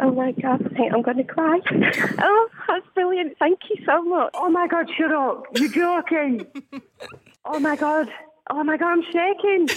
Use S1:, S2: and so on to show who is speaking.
S1: Oh my God, I think I'm going to cry. Oh, that's brilliant. Thank you so much.
S2: Oh my God, shut up. You're joking. oh my God. Oh my God, I'm shaking.